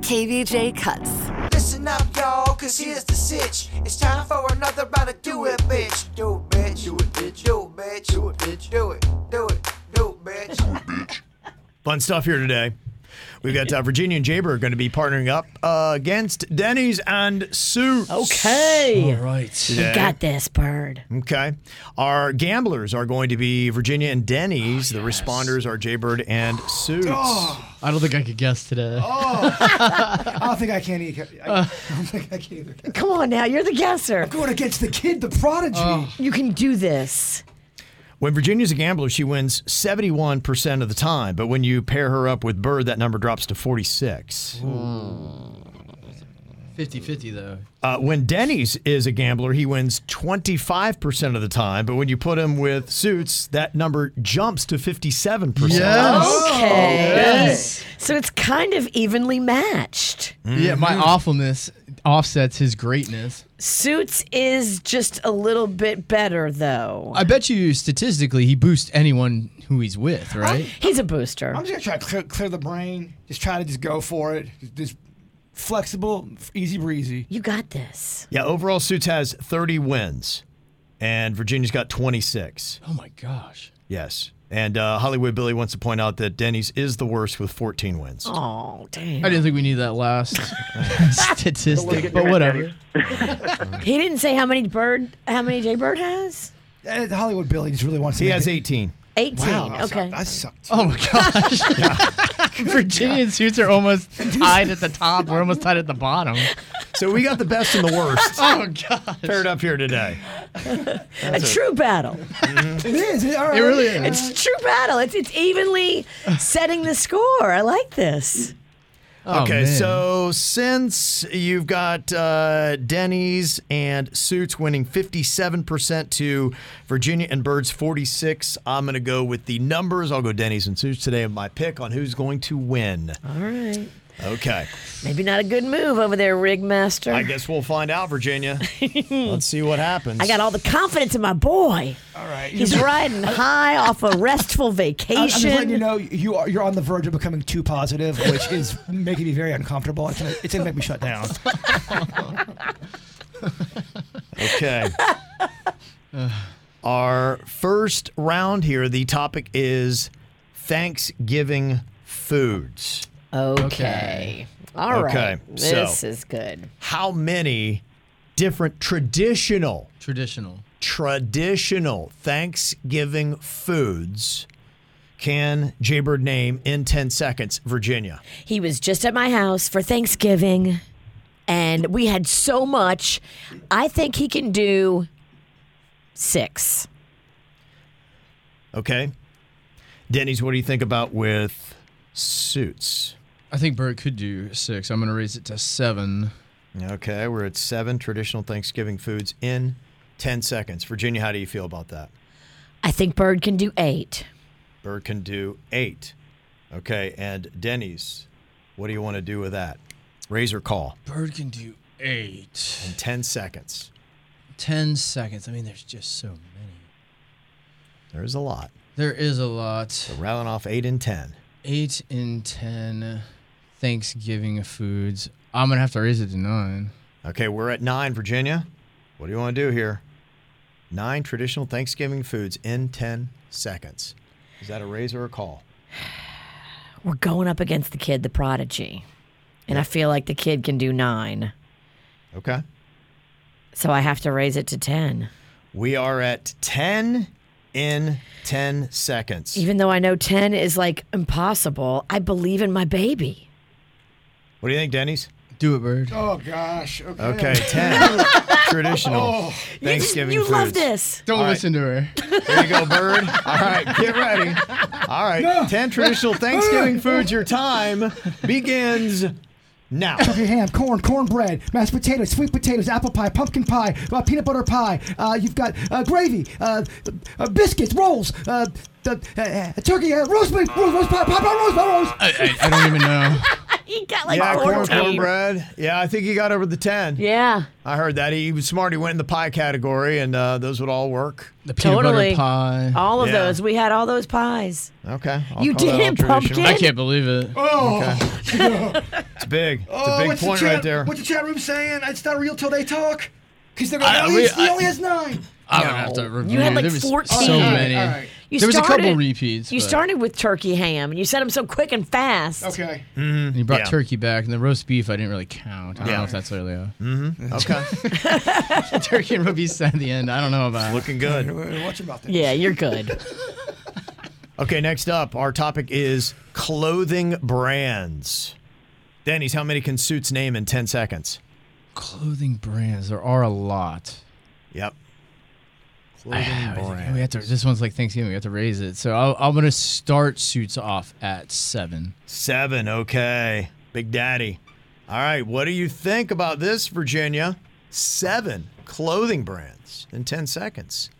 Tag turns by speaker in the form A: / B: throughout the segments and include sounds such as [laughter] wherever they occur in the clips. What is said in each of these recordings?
A: KVJ Cuts.
B: Listen up, y'all, cause here's the sitch. It's time for another round of do it, bitch. Do it, bitch. Do it, bitch. Do it, bitch. Do it, bitch. Do it, do it, do it, bitch.
C: Fun stuff here today. We've got uh, Virginia and Jaber are going to be partnering up uh, against Denny's and Suits.
D: Okay.
E: Right.
C: today.
D: Got this, bird.
C: Okay. Our gamblers are going to be Virginia and Denny's. the responders are Jaybird and Suits.
E: I don't think I could guess today.
F: I don't think I can either. I, I don't think I can either.
D: Come on now, you're the guesser.
F: Going against the kid, the prodigy.
D: You can do this.
C: When Virginia's a gambler, she wins 71% of the time. But when you pair her up with Bird, that number drops to 46.
E: 50 50, though.
C: Uh, when Denny's is a gambler, he wins 25% of the time. But when you put him with Suits, that number jumps to 57%.
D: Oh. Okay.
E: Yes.
D: So it's kind of evenly matched.
E: Yeah, my awfulness offsets his greatness.
D: Suits is just a little bit better, though.
E: I bet you statistically he boosts anyone who he's with, right?
D: He's a booster.
F: I'm just gonna try to clear, clear the brain. Just try to just go for it. Just, just flexible, easy breezy.
D: You got this.
C: Yeah, overall, Suits has 30 wins, and Virginia's got 26.
E: oh my gosh.
C: Yes. And uh, Hollywood Billy wants to point out that Denny's is the worst with 14 wins.
D: Oh,
E: I
D: damn.
E: didn't think we needed that [laughs] last statistic, but whatever.
D: He didn't say how many bird, how many Jay Bird has?
F: Uh, Hollywood Billy just really wants to.
C: He
F: make
C: has
F: it-
C: 18.
D: 18.
F: Wow, I
D: okay.
F: Suck, I suck. Too.
E: Oh my gosh. [laughs] Virginian suits are almost tied at the top. We're almost tied at the bottom.
C: So we got the best and the worst
E: [laughs] Oh god.
C: paired up here today.
D: a true battle.
F: It is. It, all right.
E: It really is.
D: It's a true battle. It's it's evenly setting the score. I like this.
E: Oh,
C: okay,
E: man.
C: so since you've got uh, Denny's and Suits winning 57% to Virginia and Birds 46, I'm going to go with the numbers. I'll go Denny's and Suits today in my pick on who's going to win.
E: Uh,
D: All right.
C: Okay.
D: Maybe not a good move over there, rig master.
C: I guess we'll find out, Virginia. Let's see what happens.
D: I got all the confidence in my boy.
F: All right.
D: He's riding high off a restful
F: [laughs] I'm just
D: vacation.
F: letting you know you are you're on the verge of becoming too positive, which is [laughs] making me very uncomfortable. It's gonna, it's gonna make me shut down.
D: [laughs]
C: Okay. Our first round here, the topic is Thanksgiving foods.
D: okay.
E: Okay.
D: All right.
C: Okay, so-
D: This is good.
C: How many different traditional
E: traditional.
C: traditional Thanksgiving foods can Jaybird name in 10 seconds, Virginia?
D: He was just at my house for Thanksgiving, and we had so much. I think he can do six.
C: Okay. Denny's, what do you think about with suits?
E: I think Bert could do six. I'm gonna raise it to seven.
C: Okay, we're at seven traditional Thanksgiving foods in 10 seconds. Virginia, how do you feel about that?
D: I think Bird can do eight.
C: Bird can do eight. Okay, and Denny's, what do you want to do with that? Razor call
E: Bird can do eight.
C: in 10 seconds.
E: 10 seconds. I mean, there's just so many.
C: There's a lot.
E: There is a lot.
C: Rattling off eight and 10.
E: Eight in 10 Thanksgiving foods. I'm going to have to raise it to nine.
C: Okay, we're at nine, Virginia. What do you want to do here? Nine traditional Thanksgiving foods in 10 seconds. Is that a razor or a call?
D: We're going up against the kid, the prodigy. and I feel like the kid can do nine.
C: Okay.
D: So I have to raise it to 10.
C: We are at 10 in 10 seconds.
D: Even though I know 10 is like impossible, I believe in my baby.
C: What do you think, Denny's?
E: Do it, bird.
G: Oh gosh. Okay.
D: [laughs]
C: Okay, 10 traditional
D: Oh. You just-
C: Thanksgiving
D: you love
C: foods.
D: this.
E: Don't
C: All right.
E: listen to her.
C: There you go, bird. All right, get ready. All right, 10 traditional
D: [laughs]
C: Thanksgiving foods. Your time begins now.
F: Okay, ham, corn, cornbread, mashed potatoes, sweet potatoes, apple pie, pumpkin pie, uh, peanut butter pie. Uh, you've got uh, gravy, uh, uh, biscuits, rolls, uh, uh, uh, turkey, uh, roast beef, roast, roast pie, pop, roast, roast, roast.
E: I, I, I don't even know.
D: He got [laughs] like
C: yeah, corn,
D: 14.
C: cornbread. Yeah, I think he got over the 10.
D: Yeah.
C: I heard that. He was smart. He went in the pie category, and uh, those would all work.
E: The peanut
D: Totally.
E: butter pie.
D: All of
C: Yeah.
D: those. We had all those pies.
C: Okay. I'll
D: You
C: call that all
D: did it,
C: traditional.
D: pumpkin.
E: I can't believe it.
F: Oh.
C: It's big. It's
G: Oh,
C: a big
G: what's the
C: point
G: chat,
C: right there.
G: What's the chat room saying? It's not real till they talk.
F: Because they're going,
E: I-
F: oh, he's-
E: I-
F: he only has nine.
E: I don't have to review.
D: had, like,
E: there was
D: 14.
E: So
D: All right,
E: many.
G: all right.
D: You
E: there was a couple
D: started-
E: repeats.
D: You
E: but-
D: started with turkey ham and you said them so quick and fast.
G: Okay.
E: And you brought
C: Yeah.
E: turkey back, and the roast beef I didn't really count. I don't
C: Yeah.
E: know if that's really a
D: [laughs]
C: Okay.
E: [laughs] turkey and roast beef at the end. I don't know about.
C: Looking good.
G: Watch your mouth.
D: Yeah, you're good.
C: Okay, next up, our topic is clothing brands. Denny's, how many can Suits name in 10 seconds?
E: clothing brands. There are a lot.
C: Yep.
E: I-
C: Clothing
E: I think
C: brands.
E: Oh, Ah, we have to. This one's like Thanksgiving. We have to raise it. So I'll, I'm gonna start suits off at seven.
C: Seven, okay. Big Daddy. All right, what do you think about this, Virginia? Seven clothing brands in 10 seconds.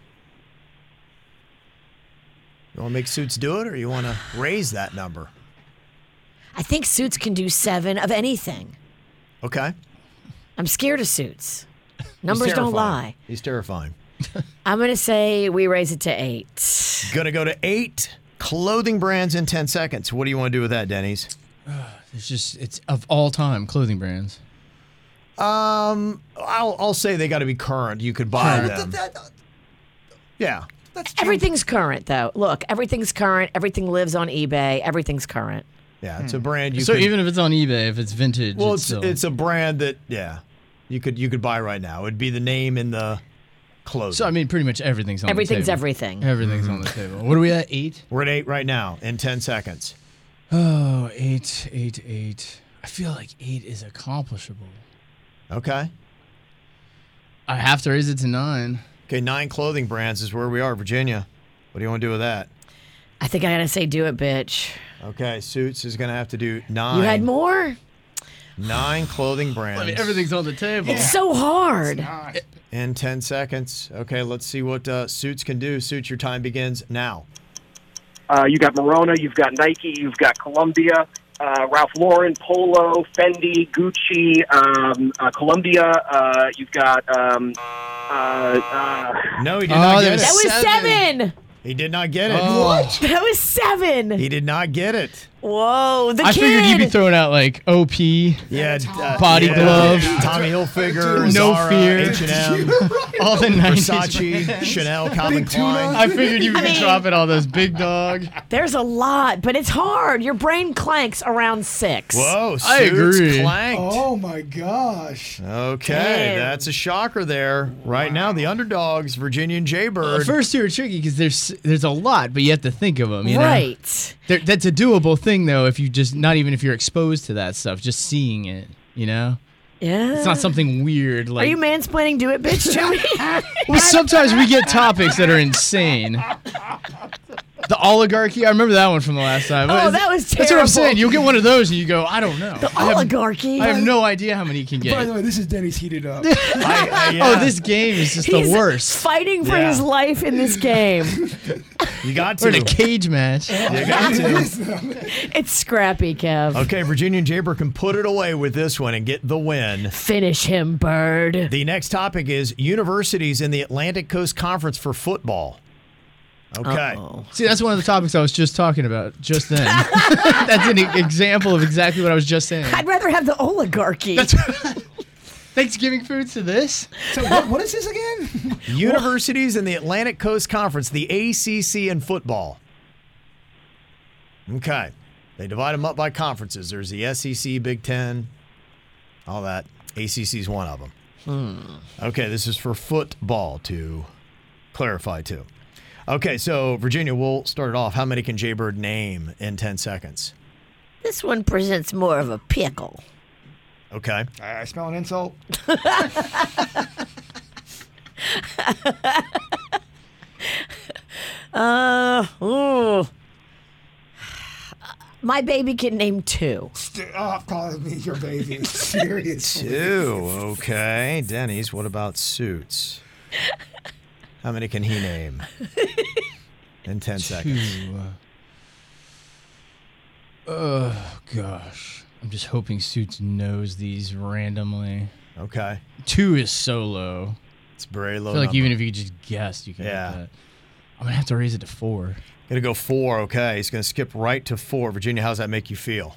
C: You want to make Suits do it, or you want to raise that number?
D: I think suits can do seven of anything.
C: Okay.
D: I'm scared of suits.
C: He's
D: Numbers don't
C: terrifying.
D: lie.
C: He's terrifying.
D: I'm going to say we raise it to eight.
C: Gonna go to eight clothing brands in 10 seconds. What do you want to do with that, Denny's?
E: It's just it's of all time clothing brands.
C: Um, I'll, I'll say they got to be current. You could buy them. yeah.
D: Everything's current, though. Look, everything's current. Everything lives on eBay. Everything's current.
C: Yeah. It's a brand you
E: Hmm. so
C: could,
E: even if it's on eBay, if it's vintage,
C: well,
E: it's,
C: it's,
E: still,
C: it's a brand that, yeah, you could, you could buy right now. It'd be the name in the clothing.
E: so I mean, pretty much everything's on.
D: Everything's
E: the table.
D: everything.
E: Everything's on the table. What are we at? Eight.
C: We're at eight right now in 10 seconds.
E: Oh, eight, eight, eight. I feel like eight is accomplishable.
C: Okay.
E: I have to raise it to nine.
C: Okay. Nine clothing brands is where we are, Virginia. What do you want to do with that?
D: I think I got to say, do it, bitch.
C: Okay. Suits is going to have to do nine.
D: You had more?
C: Nine clothing brands.
E: I mean, everything's on the table.
D: It's so hard.
C: in 10 seconds. Okay, let's see what uh, Suits can do. Suits, your time begins now.
H: Uh, you got Morona, you've got Nike, you've got Columbia, uh, Ralph Lauren, Polo, Fendi, Gucci, um, uh, Columbia. Uh, you've got um, uh, uh,
C: No, he did
E: Oh,
C: not
E: there
C: get it.
D: That
E: was Oh.
D: was
E: Seven.
D: seven.
C: he did not get it.
E: What?
D: That was seven.
C: He did not get it.
D: Whoa, the
E: I
D: kid.
E: figured you'd be throwing out like OP.
C: Yeah, uh,
E: Body glove.
C: Tommy Hilfiger,
E: No
C: Zara,
E: fear. [laughs]
C: H&M,
E: all the 90s.
C: Versace, Chanel, Calvin Klein.
E: [laughs] I figured you would be dropping all those big dog.
D: There's a lot, but it's hard. Your brain clanks around six.
C: Whoa, Suits
E: I agree.
C: clanked.
G: Oh my gosh.
C: Okay,
D: Damn.
C: that's a shocker there. Right now, the underdogs, Virginia and Jaybird.
E: Oh, First two are tricky because there's there's a lot, but you have to think of them. You Know?
D: right.
E: There- that's a doable thing though. If you just not even if you're exposed to that stuff, just seeing it. You know,
D: Yeah.
E: it's not something weird.
D: Are
E: Like
D: you mansplaining do it, bitch, to me?
E: well, sometimes we get topics that are insane. The oligarchy. I remember that one from the last time.
D: Oh,
E: What is-
D: that was
E: That's what I'm
D: terrible.
E: saying. You'll get one of those and you go, [laughs] I don't know. The
D: Oligarchy.
E: I have no idea how many you can get.
F: By the way, this is Denny's heated up.
C: I- I- yeah.
E: [laughs] Oh, this game is just
D: He's
E: the worst.
D: Fighting for
C: Yeah.
D: his life in this game.
E: [laughs]
C: you got
E: We're in
D: [laughs]
E: a
C: to.
E: cage match.
C: You got to.
E: [laughs]
D: it's scrappy, Kev.
C: Okay, Virginia and Jaybird can put it away with this one and get the win.
D: Finish him, bird.
C: The next topic is universities in the Atlantic Coast Conference for football. Okay.
E: See, that's one of the topics I was just talking about just then. [laughs] that's an e- example of exactly what I was just saying.
D: I'd rather have the oligarchy.
E: Thanksgiving foods to this? [laughs]
F: so what, what is this again?
C: Universities in the Atlantic Coast Conference, the ACC in football. Okay. They divide them up by conferences. There's the SEC, Big Ten, all that. ACC's one of them. Okay, this is for football to clarify too. Okay, so Virginia, we'll start it off. How many can Jay Bird name in 10 seconds?
D: This one presents more of a pickle.
C: Okay.
G: I smell an insult.
D: Uh, ooh. My baby can name two.
G: Stop calling me your baby. [laughs] Seriously.
C: Two. Okay. Denny's, what about suits? How many can he name in 10 seconds?
E: uh, Oh gosh, I'm just hoping Suits knows these randomly.
C: Okay.
E: Two is so low.
C: It's very low.
E: I feel like
C: number.
E: even if you just guessed, you can. get
C: Oh, Yeah.
E: that. I'm gonna have to raise it to four.
C: Gonna go four. Okay, he's gonna skip right to four. Virginia, how's that make you
D: [sighs]
C: feel?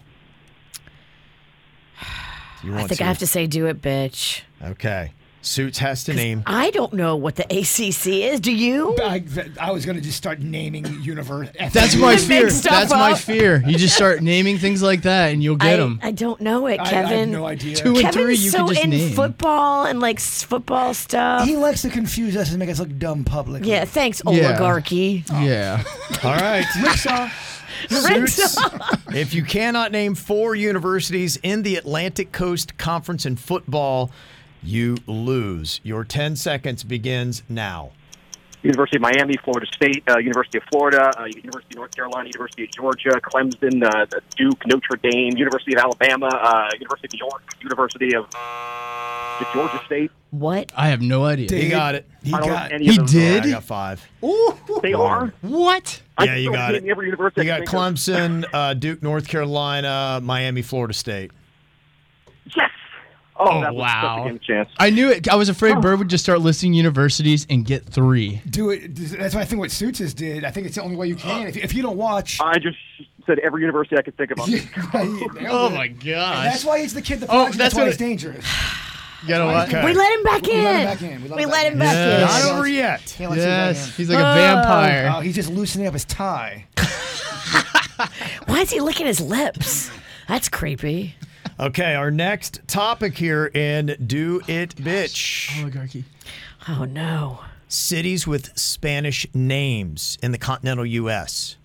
C: Do you
D: I think I have to say, do it, bitch.
C: Okay, Suits has to name.
D: I don't know what the ACC is. Do you?
G: I, I was gonna just start naming universe.
E: That's
D: [laughs]
E: my
D: Make
E: fear.
D: stuff
E: That's my
D: up.
E: fear. You just start naming things like that, and you'll get
D: I,
E: them.
D: I don't know it,
G: I,
D: Kevin.
G: I have no idea.
E: Two and
D: Kevin's
E: three, you
D: so
E: can just
D: in
E: name.
D: football and like s- football stuff.
F: He likes to confuse us and make us look dumb publicly.
D: yeah, thanks,
E: Yeah.
D: oligarchy.
E: Yeah.
C: All right,
D: Renzo.
C: if you cannot name four universities in the Atlantic Coast Conference in football, you lose. Your 10 seconds begins now.
H: University of Miami, Florida State, uh, University of Florida, uh, University of North Carolina, University of Georgia, Clemson, uh, Duke, Notre Dame, University of Alabama, uh, University of New York, University of the Georgia State.
D: What?
E: [laughs] I have no idea.
C: He got it.
G: He
H: I don't
G: got
H: know any
E: He
H: of those.
C: All right, I
E: did.
C: got five.
H: They are.
E: What?
H: I
C: Yeah, you
H: feel like
C: got it.
H: naming Every university
C: You
H: I
C: got
H: can think of.
C: Clemson, uh, Duke, North Carolina, Miami, Florida State.
H: Yes. Oh,
E: Oh,
H: that was
E: wow.
H: such a game chance.
E: I knew it. I was afraid Bird would just start listing universities and get three.
G: Do it. That's why I think what Suits is did. I think it's the only way you can. If, if you don't watch,
H: I just said every university I could think
E: [laughs]
H: of.
G: Yeah, [laughs]
H: I'm-
G: you nailed it.
E: Oh, gosh.
G: That's why he's the kid that
E: Oh,
G: oh, that's,
E: that's
G: why
E: what
G: he's
E: it-
G: dangerous.
E: You gotta watch.
C: Okay.
D: We let him back in.
G: let him back in. We let him back in.
C: Not
D: in.
C: over yet.
G: Can't let
E: Yes.
G: Suits
E: He's like a vampire.
G: back in. Oh, he's just loosening up his tie.
D: Why is he licking his lips? That's creepy.
C: Okay, our next topic here in Do It Bitch
E: Oligarchy.
D: Oh no.
C: cities with Spanish names in the continental U.S.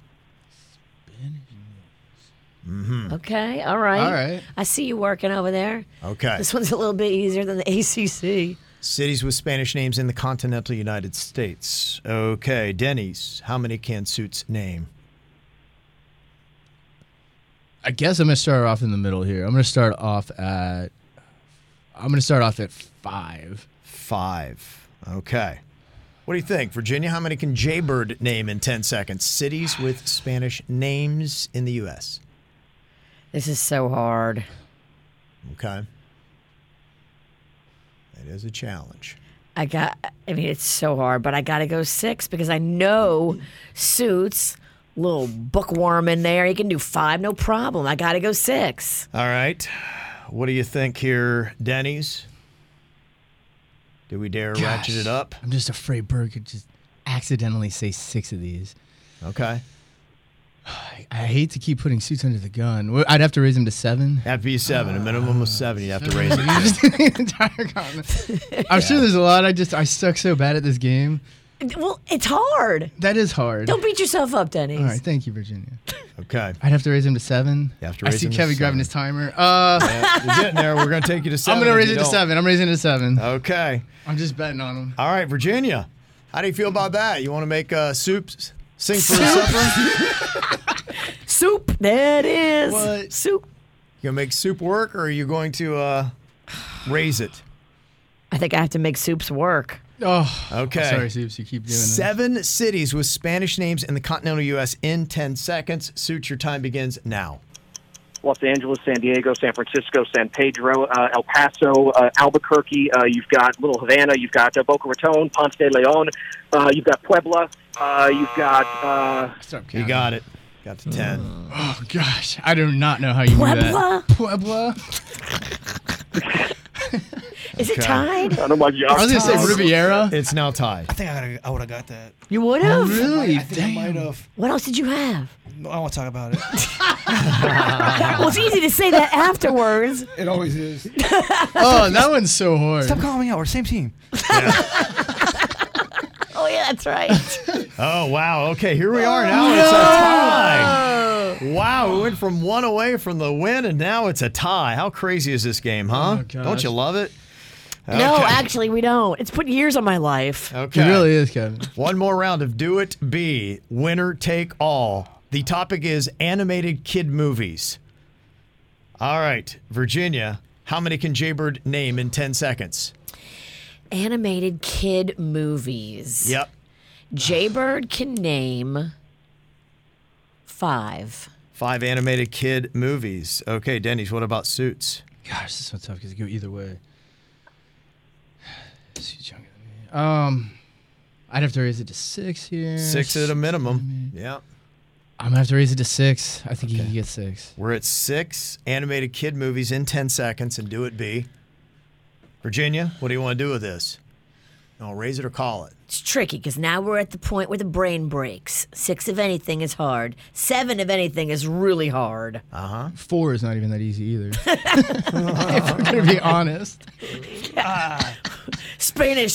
D: Okay. All right.
E: All right.
D: I see you working over there.
C: Okay.
D: This one's a little bit easier than the ACC.
C: Cities with Spanish names in the continental United States. Okay, Denny's. How many can Suits name?
E: I guess I'm gonna start off in the middle here. I'm gonna start off at. I'm gonna start off at five.
C: Five. Okay. What do you think, Virginia? How many can Jaybird name in 10 seconds? Cities with Spanish names in the U.S.
D: This is so hard.
C: Okay. That is a challenge.
D: I got. I mean, it's so hard, but I got to go six because I know suits little bookworm in there. He can do five, no problem. I got to go six.
C: All right. What do you think here, Denny's? Do we dare ratchet it
E: Gosh.
C: up?
E: I'm just afraid Bird could just accidentally say six of these.
C: Okay.
E: I, I hate to keep putting suits under the gun. Well, I'd have to raise him to seven.
C: That'd be seven. A minimum of seven. You have [laughs] to raise it.
E: [laughs] You just did the entire comment. I'm sure there's a lot. I just I suck so bad at this game.
D: Well, it's hard.
E: That is hard.
D: Don't beat yourself up, Denny's.
E: All right, thank you, Virginia.
C: Okay.
E: I'd have to raise him to seven.
C: You have to
E: I
C: raise
E: see
C: him to
E: Kevin
C: seven.
E: grabbing his timer. Uh,
C: You're getting there. We're going to take you to
E: I'm
C: seven.
E: gonna
C: if
E: raise
C: you
E: it to
C: don't.
E: seven. I'm raising it to seven.
C: Okay.
E: I'm just betting on him.
C: All right, Virginia. How do you feel about that? You want to make uh, soups sing for the supper?
D: Soup. There it is.
E: What?
D: Soup.
C: You going to make soup work or are you going to uh, raise it?
D: I think I have to make soups work.
E: Oh,
C: Okay.
E: sorry, Soups. You keep doing this.
C: Seven cities with Spanish names in the continental U.S. in 10 seconds. Suits, your time begins now.
H: Los Angeles, San Diego, San Francisco, San Pedro, uh, El Paso, uh, Albuquerque. Uh, you've got Little Havana. You've got uh, Boca Raton, Ponce de Leon. Uh, you've got Puebla. Uh, you've got uh,
E: Stop
C: You
E: counting.
C: got it. Got to 10.
E: Oh gosh, I do not know how you knew
D: Puebla?
E: that. Puebla.
D: Is it tied?
H: I don't like
E: I was gonna say Riviera.
C: It's now tied.
I: I think I, gotta, I would have got that.
D: You would have?
I: Really? I, think I might have.
D: What else did you have?
I: No, I don't want to talk about it.
D: well, it's easy to say
E: [laughs]
D: that afterwards.
G: [laughs] It always is.
E: oh, that one's so hard.
I: Stop calling me out. We're the same team.
D: Oh, yeah, that's
E: [laughs]
D: right.
C: Oh wow! Okay, here we are now. It's a tie. Wow, we went from one away from the win, and now it's a tie. How crazy is this game, huh? Don't you love it?
D: No,
C: Okay.
D: actually, we don't. It's put years on my life.
C: Okay.
E: is, Kevin.
C: One more round of Do It Be Winner Take All. The topic is animated kid movies. All right, Virginia, how many can Jaybird name in 10 seconds?
D: Animated kid movies.
C: Yep.
D: Jaybird can name five.
C: Five animated kid movies. Okay, Denny's, what about Suits?
E: Gosh, this is so tough because it could go either way. [sighs] Suits younger than me. Um, I'd have to raise it to six here.
C: Six at a minimum. Yeah.
E: I'm gonna have to raise it to six. I think you can get six.
C: We're at six animated kid movies in 10 seconds, and Do It Be. Virginia, what do you want to do with this? No, raise it or call it.
D: It's tricky because now we're at the point where the brain breaks. Six of anything is hard. Seven of anything is really hard.
C: Uh huh.
E: Four is not even that
C: [laughs]
E: easy either. [laughs] if we're gonna be honest.
D: Spanish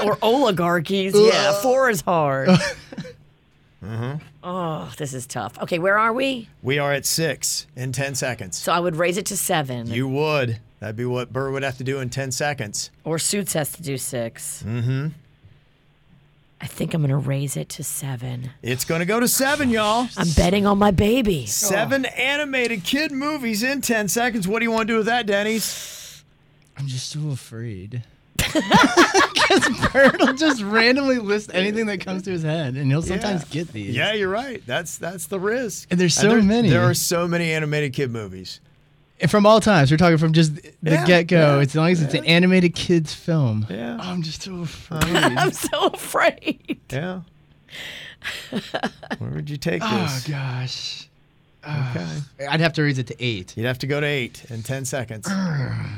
C: [laughs]
D: or oligarchies. yeah, four is hard.
C: Uh-huh.
D: Oh, this is tough. Okay, where are we?
C: We are at six in 10 seconds.
D: So I would raise it to seven.
C: You would. That'd be what Burr would have to do in 10 seconds.
D: Or Suits has to do 6 Mm-hmm. I think I'm gonna raise it to seven.
C: It's going to go to seven, y'all.
D: I'm betting on my baby.
C: Seven animated kid movies in 10 seconds. What do you want to do with that, Denny's?
E: I'm just so [laughs] afraid. Because Bert will just randomly list anything that comes to his head, and he'll sometimes get these.
C: Yeah, you're right. That's that's the risk.
E: And there's so
C: there-
E: many.
C: There are so many animated kid movies.
E: And from all times, we're talking from just the
C: Yeah,
E: get go.
C: yeah,
E: It's as long as it's an animated kids film.
C: Yeah.
E: I'm just so afraid.
D: I'm so afraid.
C: Yeah. Where would you take
E: oh
C: this?
E: gosh.
C: Okay.
E: I'd have to raise it to eight.
C: You'd have to go to eight in 10 seconds. what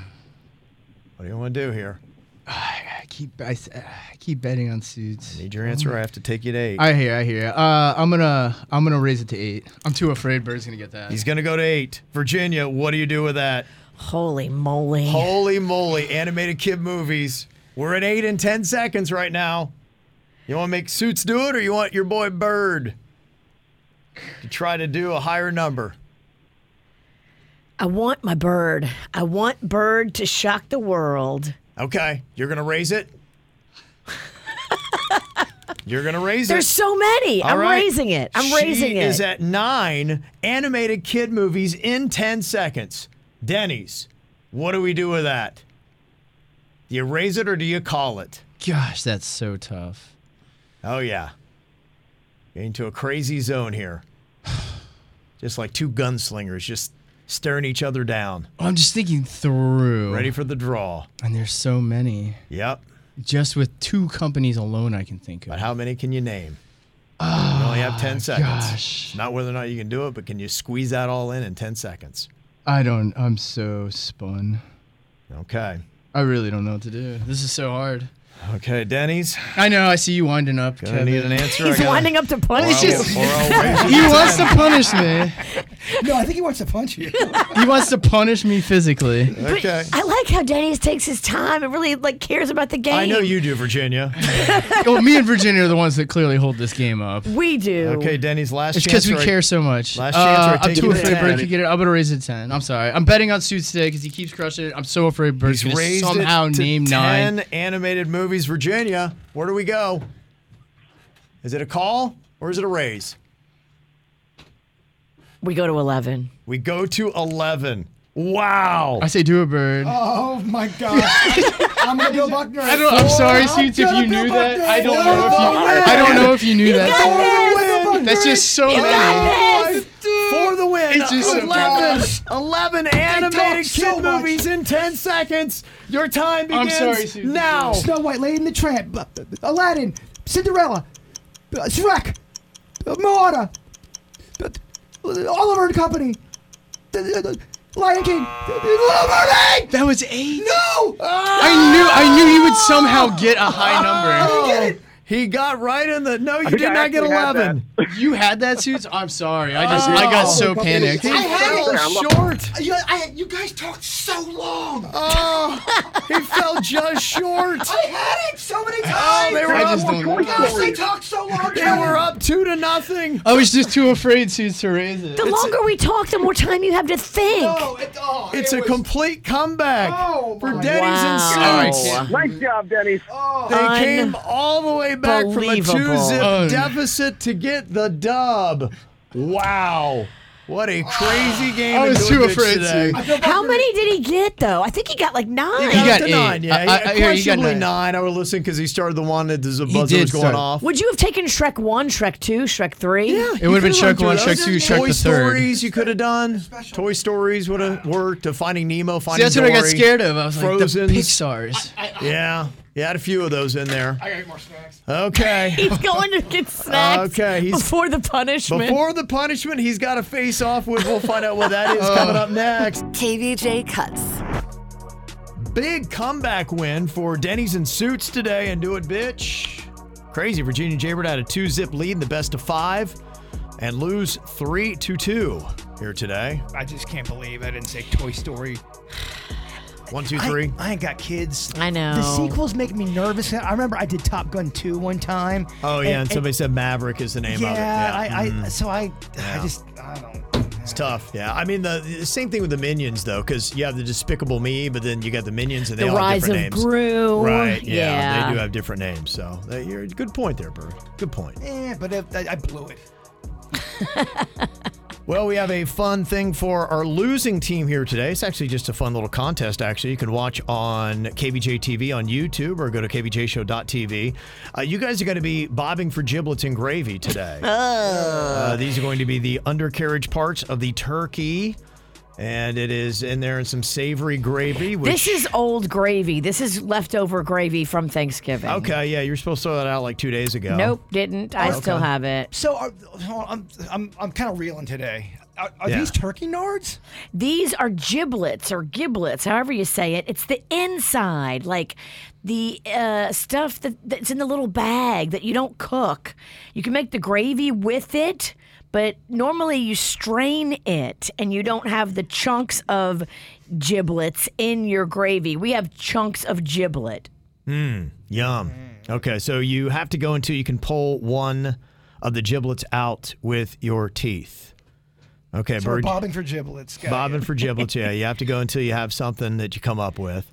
C: do you want to do here?
E: I keep I, s- I keep betting on suits.
C: Need your answer. I have to take you to eight.
E: I hear, I hear. Uh, I'm gonna I'm gonna raise it to eight. I'm too afraid Bird's gonna get that.
C: He's going to go to eight. Virginia, what do you do with that?
D: Holy moly.
C: Holy moly, animated kid movies. We're at eight and 10 seconds right now. You want to make Suits do it or you want your boy Bird to try to do a higher number?
D: I want my bird. I want bird to shock the world.
C: Okay, you're going to raise it? You're going to raise
D: There's
C: it.
D: so many.
C: All
D: I'm
C: right.
D: raising it. I'm
C: she
D: raising it.
C: is at nine animated kid movies in 10 seconds. Denny's, what do we do with that? Do you raise it or do you call it?
E: Gosh, that's so tough.
C: Oh yeah. Getting to a crazy zone here. [sighs] Just like two gunslingers just staring each other down.
E: Oh, I'm just thinking through.
C: Ready for the draw.
E: And there's so many.
C: Yep.
E: Just with two companies alone, I can think of.
C: But how many can you name? you only have 10 seconds.
E: gosh.
C: Not whether or not you can do it, but can you squeeze that all in in 10 seconds?
E: I don't. I'm so spun.
C: Okay.
E: I really don't know what to do. This is so hard.
C: Okay, Denny's.
E: I know. I see you winding up,
C: Gonna
E: Kevin.
C: need an answer.
D: He's winding up to punish you.
E: [laughs] he wants to punish me.
G: No, I think he wants to punch you.
E: He wants to punish
C: [laughs]
E: me physically.
C: Okay.
D: [laughs] I like how Denny's takes his time and really like cares about the game.
C: I know you do, Virginia.
E: Well, me and Virginia are the ones that clearly hold this game up.
D: We do.
C: Okay, Denny's last
E: It's
C: chance.
E: because we
C: right-
E: care so much.
C: Last chance or
E: Uh, I'm
C: take
E: too
C: it to
E: afraid
C: 10.
E: Bird could get it. I'm gonna raise it ten. I'm sorry. I'm betting on Suits today because he keeps crushing it. I'm so afraid Bird's
C: He's
E: gonna
C: raised
E: somehow
C: it to
E: name
C: 10
E: nine.
C: animated movies. Virginia, where do we go? Is it a call or is it a raise?
D: We go to 11.
C: We go to 11. Wow.
E: I say do a bird.
G: oh my god. I'm gonna Bill Buckner.
E: I don't, I'm sorry, Suits, if you knew that. I don't know if you. I don't know if you knew that. That's just so many.
C: For the win.
E: It's just so
C: 11, 11 animated kid
G: so much.
C: movies in 10 seconds. Your time
E: I'm
C: begins
E: sorry, Susan.
C: now.
F: Snow White, Lady and the Tramp, uh, Aladdin, Cinderella, uh, Shrek, uh, Moana, uh, Oliver and Company, uh, uh, Lion King. Little Mermaid.
E: That was Ah! eight.
F: No.
E: I knew I knew you would somehow get a high number.
C: He got right in the. No, you did
E: I
C: not get
E: actually had
C: 11.
E: You had that suits? I'm sorry. I just I
C: Oh.
E: got so panicked.
C: He fell
E: [laughs]
C: short.
F: You, I, you guys talked so long.
C: Oh, he fell just short.
E: [laughs]
F: I had it so many times.
C: Oh, they were I up- just don't know.
F: Gosh, they talked so long.
C: They were up two to nothing.
E: I was just too afraid suits to raise it.
D: The longer we talk, the more time you have to think.
F: oh,
C: It's a complete comeback
E: Oh
C: for Denny's
D: Wow.
C: and Suits.
H: Nice job, Denny's.
C: They came all the way back from a two zip
E: Unbelievable.
C: deficit to get the dub. Wow. What a
E: [sighs]
C: crazy game.
E: I was
C: Doing
E: too
C: Dicks
E: afraid
C: today.
E: to.
D: How many did he get though? I think he got like nine.
C: He got,
E: got
C: to
E: eight.
C: nine, yeah.
E: I-
C: He-
E: I- I hear he got
C: questionably
E: nine.
C: nine. I would listen because he started the one that the
E: He
C: buzzer
E: did
C: was going
E: start.
C: off.
D: Would you have taken Shrek one, Shrek two, Shrek three?
C: Yeah,
E: It would've been Shrek one, Shrek two, Shrek
C: Toy
E: the third.
C: Stories you could have done. Toy Stories would have worked. To Finding Nemo,
E: See,
C: Finding
E: that's what I got
C: Dory,
E: scared of. I was like,
C: Frozen's.
E: the Pixar's.
C: Yeah, you had a few of those in there.
G: I got more snacks.
C: Okay.
D: He's going to get snacks
C: Okay, he's-
D: before the punishment.
C: Before the punishment, he's got a face off with. We'll find out what
E: [laughs]
C: that is
E: Uh,
C: coming up next.
A: KVJ Cuts.
C: Big comeback win for Denny's and Suits today and do it, bitch. Crazy. Virginia Jaybird had a two zip lead in the best of five and lose 3 to 2 here today.
G: I just can't believe I didn't say Toy Story.
C: One, two,
G: I-
C: three.
G: I, ain't got kids.
D: I know.
F: The sequels make me nervous. I remember I did Top Gun 2 one time.
C: Oh, yeah. And, somebody said Maverick is the name
F: yeah,
C: of it.
F: I, I,
C: Mhm.
F: so I,
C: Yeah.
F: I just, I don't.
C: It's tough. Yeah. I mean, the, the same thing with the Minions, though, because you have the Despicable Me, but then you got the Minions and they
D: the
C: all have
D: rise of
C: different names.
D: Gru.
C: Right. Yeah,
D: yeah.
C: They do have different names. So that, you're, good point there, Bird. Good point.
G: Yeah, but if, I, I blew it.
C: Well, we have a fun thing for our losing team here today. It's actually just a fun little contest, actually. You can watch on KBJ TV on YouTube or go to KBJShow.tv. Uh, you guys are going to be bobbing for giblets and gravy today.
D: Oh.
C: Uh, these are going to be the undercarriage parts of the turkey. And it is in there in some savory gravy. Which,
D: This is old gravy. This is leftover gravy from Thanksgiving.
C: Okay, yeah, you were supposed to throw that out like two days ago.
D: Nope, didn't. I still have it.
F: So are, hold on, I'm, I'm, I'm kind of reeling today. Are, are
C: Yeah.
F: these turkey nards?
D: These are giblets or giblets, however you say it. It's the inside, like the uh, stuff that, that's in the little bag that you don't cook. You can make the gravy with it, but normally you strain it and you don't have the chunks of giblets in your gravy. We have chunks of giblet.
C: Yum. Okay, so you have to go until you can pull one of the giblets out with your teeth. Okay,
I: We're
C: Bird.
I: bobbing for giblets. Got
C: bobbing for giblets. Yeah, you have to go until you have something that you come up with.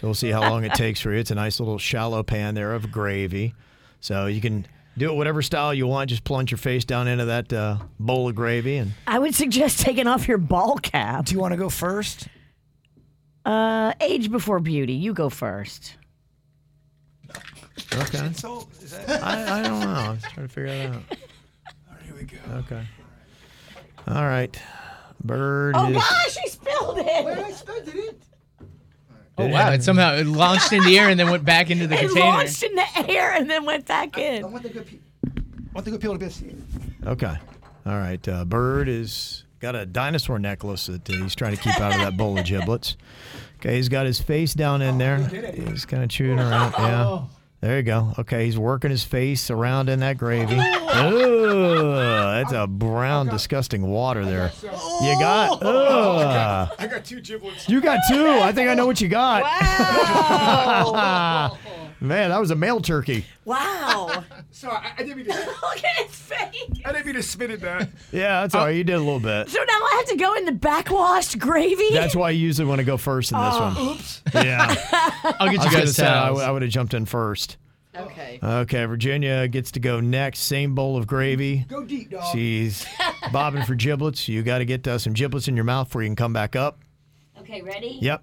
C: So we'll see how long it takes for you. It's a nice little shallow pan there of gravy, so you can do it whatever style you want. Just plunge your face down into that uh, bowl of gravy, and
D: I would suggest [laughs] taking off your ball cap.
F: Do you want to go first?
D: Uh, age before beauty. You go first.
C: okay.
I: So is that
C: I, I don't know. I'm just trying to figure that out.
I: here we go.
C: Okay. All right, Bird.
D: Oh
C: is-
D: gosh, she spilled it.
E: Oh, wow. It somehow it launched in the air and then went back
C: [laughs]
E: into the
D: It
E: container.
D: launched in the air and then went back in.
I: want the good people. want the good people to be see.
C: Okay. All right. Uh, Bird is got a dinosaur necklace that uh, he's trying to keep out of that bowl of giblets. Okay, he's got his face down in there. He's kind of chewing around. Yeah. There you go. Okay, he's working his face around in that gravy. Ooh, that's a brown, disgusting water there. You got. Ugh.
G: I got two giblets.
C: You got two. I think I know what you got.
D: Wow.
C: [laughs] Man, that was a male turkey.
D: wow.
G: Sorry, I, I didn't mean to.
D: [laughs] Look at his face.
G: I didn't mean to spit it
F: [laughs]
G: that.
C: Yeah, that's all right. You did a little bit.
D: So now I have to go in the backwashed gravy?
C: That's why you usually want to go first in this one. Oops. Yeah.
E: I'll get
C: I
E: Oh, [laughs] you
C: was gonna
E: guys uh,
C: say I,
E: towels.
C: w- I would have jumped in first.
D: okay.
C: Okay, Virginia gets to go next. Same bowl of gravy.
I: Go deep, dog.
C: She's bobbing for giblets. You got to get uh, some giblets in your mouth before you can come back up.
D: Okay, ready?
C: Yep.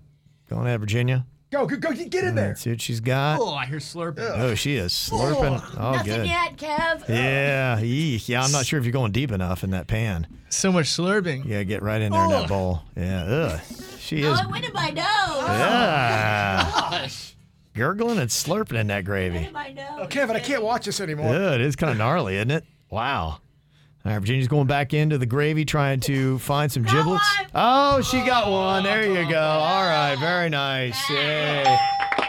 C: Going ahead, Virginia.
G: Go, go, go, get in there.
C: Let's see what she's got.
E: Oh, I hear slurping.
C: Oh, she is slurping. Oh,
D: Nothing
C: good.
D: yet, Kev.
C: Yeah. eek. Yeah, I'm not sure if you're going deep enough in that pan.
E: So much slurping.
C: Yeah, get right in there in that bowl. Yeah. Ugh. She
D: Oh,
C: is
D: it went in my nose.
C: yeah, gurgling and slurping in that gravy.
D: My nose.
F: Ah.
G: Kevin, I can't watch this anymore.
C: Yeah, it is kind of gnarly, isn't it? Wow. All right, Virginia's going back into the gravy, trying to find some giblets. Oh, she got one. There you go. All right, very nice. Yay.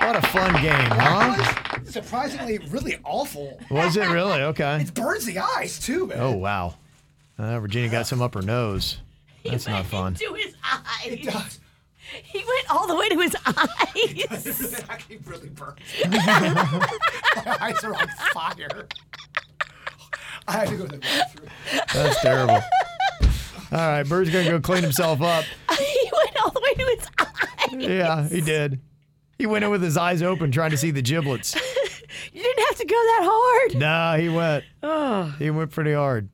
C: What a fun game, huh?
F: Surprisingly, really awful.
C: Was it really? Okay.
F: Burns the eyes too, man.
C: Oh wow. Uh, Virginia got some up her nose. That's not fun.
D: [laughs] To his eyes. He went all the way to his [laughs]
C: [laughs]
D: eyes.
F: he really burns. My eyes are on fire. I had to go to the bathroom.
C: That's terrible. All right, Bird's gonna go clean himself up.
D: he went all the way to his [laughs] eyes.
C: Yeah, he did. He went in with his eyes open, trying to see the giblets.
D: You didn't have to go that hard.
C: Nah, he went.
D: Oh.
C: He went pretty hard.